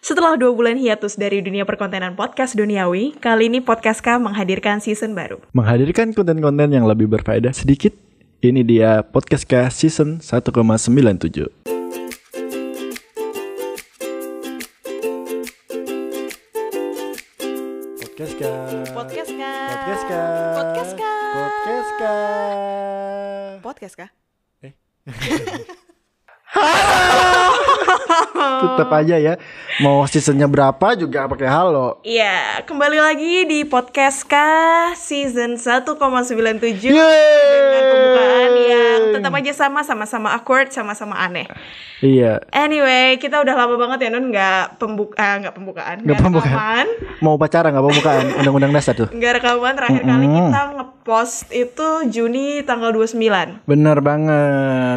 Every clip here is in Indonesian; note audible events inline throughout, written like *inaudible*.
Setelah dua bulan hiatus dari dunia perkontenan podcast duniawi, kali ini podcast K menghadirkan season baru. Menghadirkan konten-konten yang lebih berfaedah sedikit, ini dia Podcast K Season 1,97. Podcast K. Podcast K. Podcast K. Podcast K. Podcast K. Podcast K. Tetap aja ya. Mau seasonnya berapa juga pakai halo. Iya, kembali lagi di podcast K season 1,97 dengan pembukaan yang tetap aja sama sama-sama awkward, sama-sama aneh. Iya. Anyway, kita udah lama banget ya Nun nggak pembuka eh, nggak pembukaan, Nggak pembukaan. rekaman, Mau pacaran nggak pembukaan undang-undang dasar tuh. nggak rekaman. Terakhir kali kita ngepost itu Juni tanggal 29. Bener banget.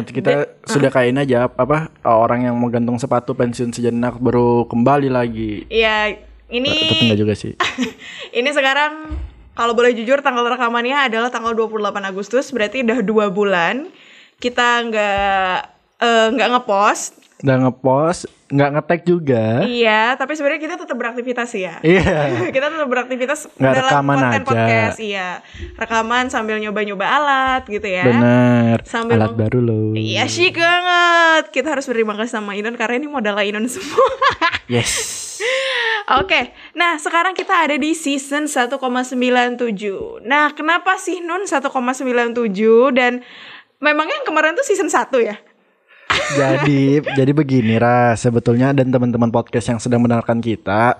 ah. Kita sudah kain aja apa orang yang mau gantung sepatu pensiun sejenak baru kembali lagi. Iya, ini Tapi enggak juga sih. *laughs* ini sekarang kalau boleh jujur tanggal rekamannya adalah tanggal 28 Agustus, berarti udah dua bulan kita nggak eh, nggak ngepost. Udah ngepost, nggak ngetek juga. Iya, tapi sebenarnya kita tetap beraktivitas ya. Iya. *laughs* kita tetap beraktivitas Nggak rekaman konten aja. podcast, iya. Rekaman sambil nyoba-nyoba alat gitu ya. Bener. Sambil Alat meng- baru loh. Iya sih banget. Kita harus berterima kasih sama Inon karena ini modalnya Inon semua. *laughs* Yes. Oke, nah sekarang kita ada di season 1,97. Nah, kenapa sih Nun 1,97 dan memangnya yang kemarin tuh season 1 ya? jadi jadi begini Ra, sebetulnya dan teman-teman podcast yang sedang mendengarkan kita.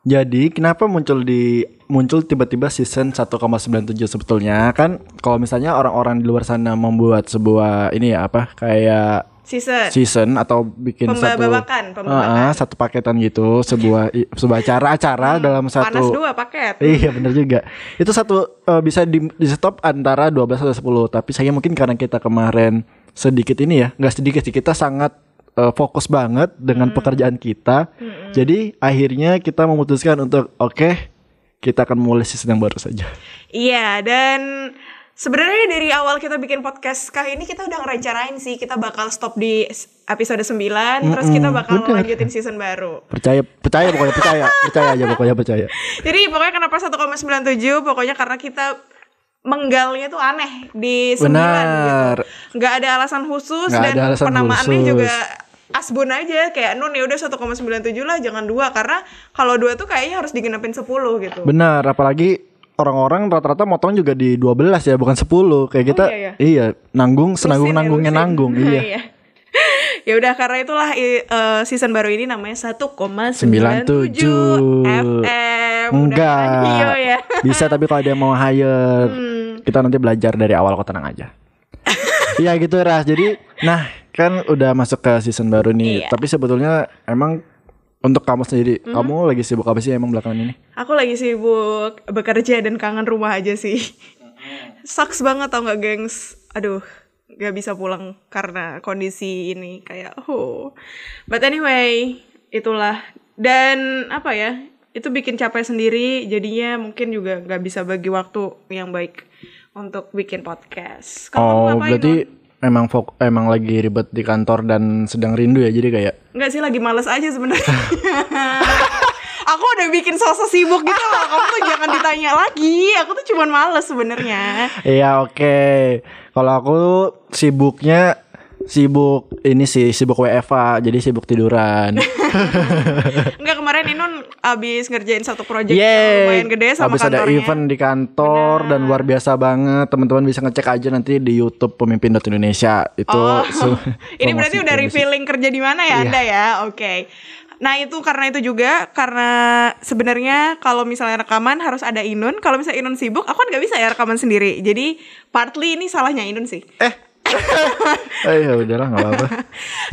Jadi kenapa muncul di muncul tiba-tiba season 1,97 sebetulnya kan kalau misalnya orang-orang di luar sana membuat sebuah ini ya apa kayak Season. season atau bikin satu Pembabakan, Eh, pembabakan. Ah, ah, satu paketan gitu sebuah i- sebuah acara-acara dalam Hmm, Panas satu dua paket. Iya bener juga Itu satu eh, bisa di, di stop antara 12 atau 10 Tapi saya mungkin karena kita kemarin sedikit ini ya nggak sedikit sih kita sangat eh, fokus banget Hmm. dengan pekerjaan kita Jadi akhirnya kita memutuskan untuk oke kita akan mulai season yang baru saja Iya, dan sebenarnya dari awal kita bikin podcast kali ini kita udah ngerencanain sih kita bakal stop di episode 9 terus kita bakal bener. lanjutin season baru. Percaya, percaya pokoknya percaya Percaya aja pokoknya percaya Jadi pokoknya kenapa 1,97 pokoknya karena kita menggalnya tuh aneh di 9 Benar. gitu. Nggak ada alasan khusus Nggak dan ada alasan penamaannya khusus. juga asbun aja kayak nun ya udah 1,97 lah jangan dua karena kalau dua tuh kayaknya harus digenepin 10 gitu. Benar, apalagi orang-orang rata-rata motong juga di 12 ya, bukan 10. Kayak kita iya, iya, nanggung senanggung-nanggungnya *laughs* nanggung, iya. ya udah karena itulah i- eh, season baru ini namanya 1,97 FM. Enggak. Udah radio ya. *laughs* Hmm. Bisa tapi kalau ada yang mau hire, kita nanti belajar dari awal kok tenang *laughs* aja. Iya gitu Ras. Jadi nah, kan udah masuk ke season Iya. baru nih. Tapi sebetulnya emang untuk kamu sendiri, Hmm. kamu lagi sibuk apa sih emang belakangan ini? Aku lagi sibuk bekerja dan kangen rumah aja sih. Sucks banget tau nggak gengs. Aduh, gak bisa pulang karena kondisi ini kayak oh. But anyway, itulah. Dan apa ya? Itu bikin capek sendiri, jadinya mungkin juga nggak bisa bagi waktu yang baik untuk bikin podcast. oh, Kalau kamu ngapain, berarti Nun? emang fok- emang lagi ribet di kantor dan sedang rindu ya. Jadi kayak Nggak sih lagi males aja *laughs* sebenarnya. aku udah bikin sosok sibuk gitu loh. Kamu tuh jangan ditanya lagi. Aku tuh cuman males sebenarnya. Iya oke. Kalau aku sibuknya sibuk ini sih sibuk WFA jadi sibuk *laughs* tiduran. Enggak kemarin Inun abis ngerjain satu project yang Yeay. lumayan gede sama Habis ada kantornya. event di kantor dan luar biasa banget. Teman-teman bisa ngecek aja nanti di YouTube Pemimpin Indonesia itu. *laughs* *laughs* Oh, se- ini berarti promosi- udah promosi. Iya. revealing kerja di mana ya Anda ya? Oke. Nah itu karena itu juga karena sebenarnya kalau misalnya rekaman harus ada Inun. Kalau misalnya Inun sibuk, aku kan nggak bisa ya rekaman sendiri. Jadi partly ini salahnya Inun sih. Eh ya udahlah nggak *laughs* apa-apa.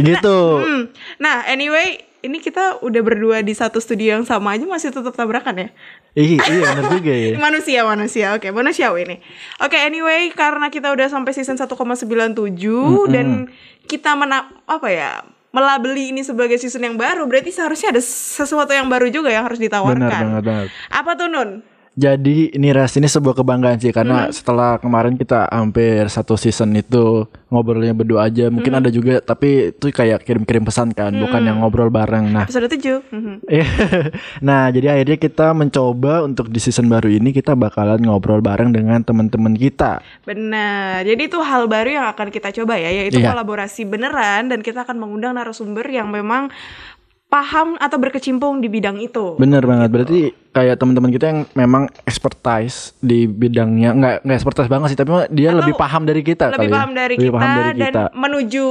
gitu. Hmm. Nah, anyway, ini kita udah berdua di satu studio yang sama aja masih tetap tabrakan ya. Ih, iya bener juga ya. Manusia, manusia. Oke, manusiawi ini. Oke, anyway, karena kita udah sampai season 1,97 dan kita mena apa ya? Melabeli ini sebagai season yang baru, berarti seharusnya ada sesuatu yang baru juga yang harus Benar ditawarkan. banget banget. Apa tuh Nun? Jadi ini ras ini sebuah kebanggaan sih karena Mm-hmm. setelah kemarin kita hampir satu season itu ngobrolnya berdua aja. Mungkin Mm-hmm. ada juga tapi itu kayak kirim-kirim pesan kan, bukan yang ngobrol bareng. Nah, *laughs* Episode 7 Mhm. nah jadi akhirnya kita mencoba untuk di season baru ini kita bakalan ngobrol bareng dengan teman-teman kita. Benar. Jadi itu hal baru yang akan kita coba ya, yaitu Iya. kolaborasi beneran dan kita akan mengundang narasumber yang memang paham atau berkecimpung di bidang itu. Bener banget. Berarti kayak teman-teman kita yang memang expertise di bidangnya nggak nggak expertise banget sih, tapi mah dia lebih paham dari Lebih kita kali ya. paham dari, Lebih kita, paham dari kita. dan menuju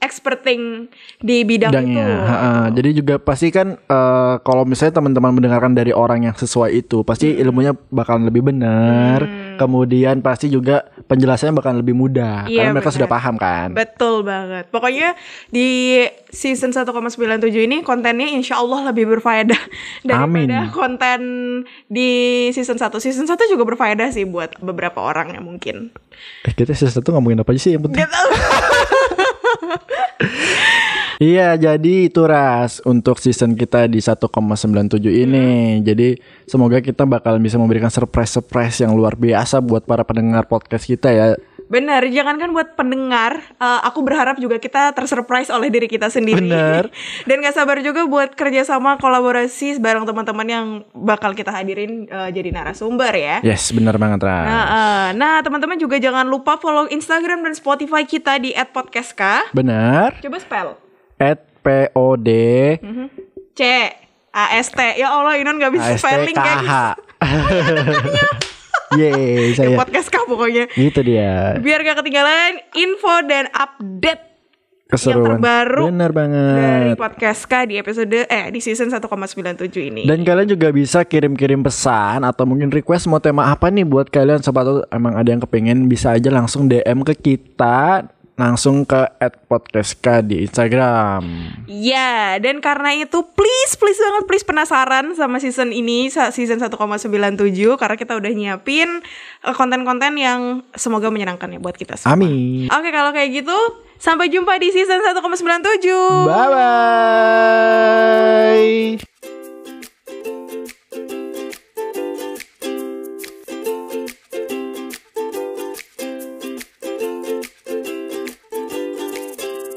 experting di bidang bidangnya. itu. Ha, ha. Jadi juga pasti kan eh, kalau misalnya teman-teman mendengarkan dari orang yang sesuai itu, pasti Hmm. ilmunya bakalan lebih benar. Kemudian pasti juga penjelasannya bakalan lebih mudah Iya, karena mereka benar. sudah paham kan. Betul banget. Pokoknya di season 1,97 ini kontennya insya Allah lebih berfaedah *laughs* daripada Amin. konten di season 1. Season 1 juga berfaedah sih buat beberapa orang ya mungkin. Eh, kita sesuatu ngomongin apa aja sih yang penting? Gitu. *laughs* Iya, jadi itu ras untuk season kita di 1,97 ini. Hmm. Jadi semoga kita bakal bisa memberikan surprise-surprise yang luar biasa buat para pendengar podcast kita ya. Benar, jangankan buat pendengar, eh, aku berharap juga kita tersurprise oleh diri kita sendiri. Benar. *laughs* Dan gak sabar juga buat kerjasama kolaborasi bareng teman-teman yang bakal kita hadirin eh, jadi narasumber ya. Yes, benar banget ras. Nah, eh, nah teman-teman juga jangan lupa follow Instagram dan Spotify kita di @podcastka. Benar. Coba spell. At POD C A S T. Ya Allah, Inon gak bisa spelling ya. gitu. ASTKH. guys. *laughs* Yeay, saya. Podcastka pokoknya. Gitu dia. Biar gak ketinggalan info dan update Keseruan. terbaru Benar dari banget. podcastka di episode eh di season 1,97 ini. Dan kalian juga bisa kirim-kirim pesan atau mungkin request mau tema apa nih buat kalian sobat Tutut. emang ada yang kepengen bisa aja langsung DM ke kita langsung ke @podcastka di Instagram. Ya, dan karena itu please please banget please penasaran sama season ini sa- season 1,97 karena kita udah nyiapin eh, konten-konten yang semoga menyenangkan ya buat kita semua. Amin. Oke, kalau kayak gitu sampai jumpa di season 1,97. Bye bye.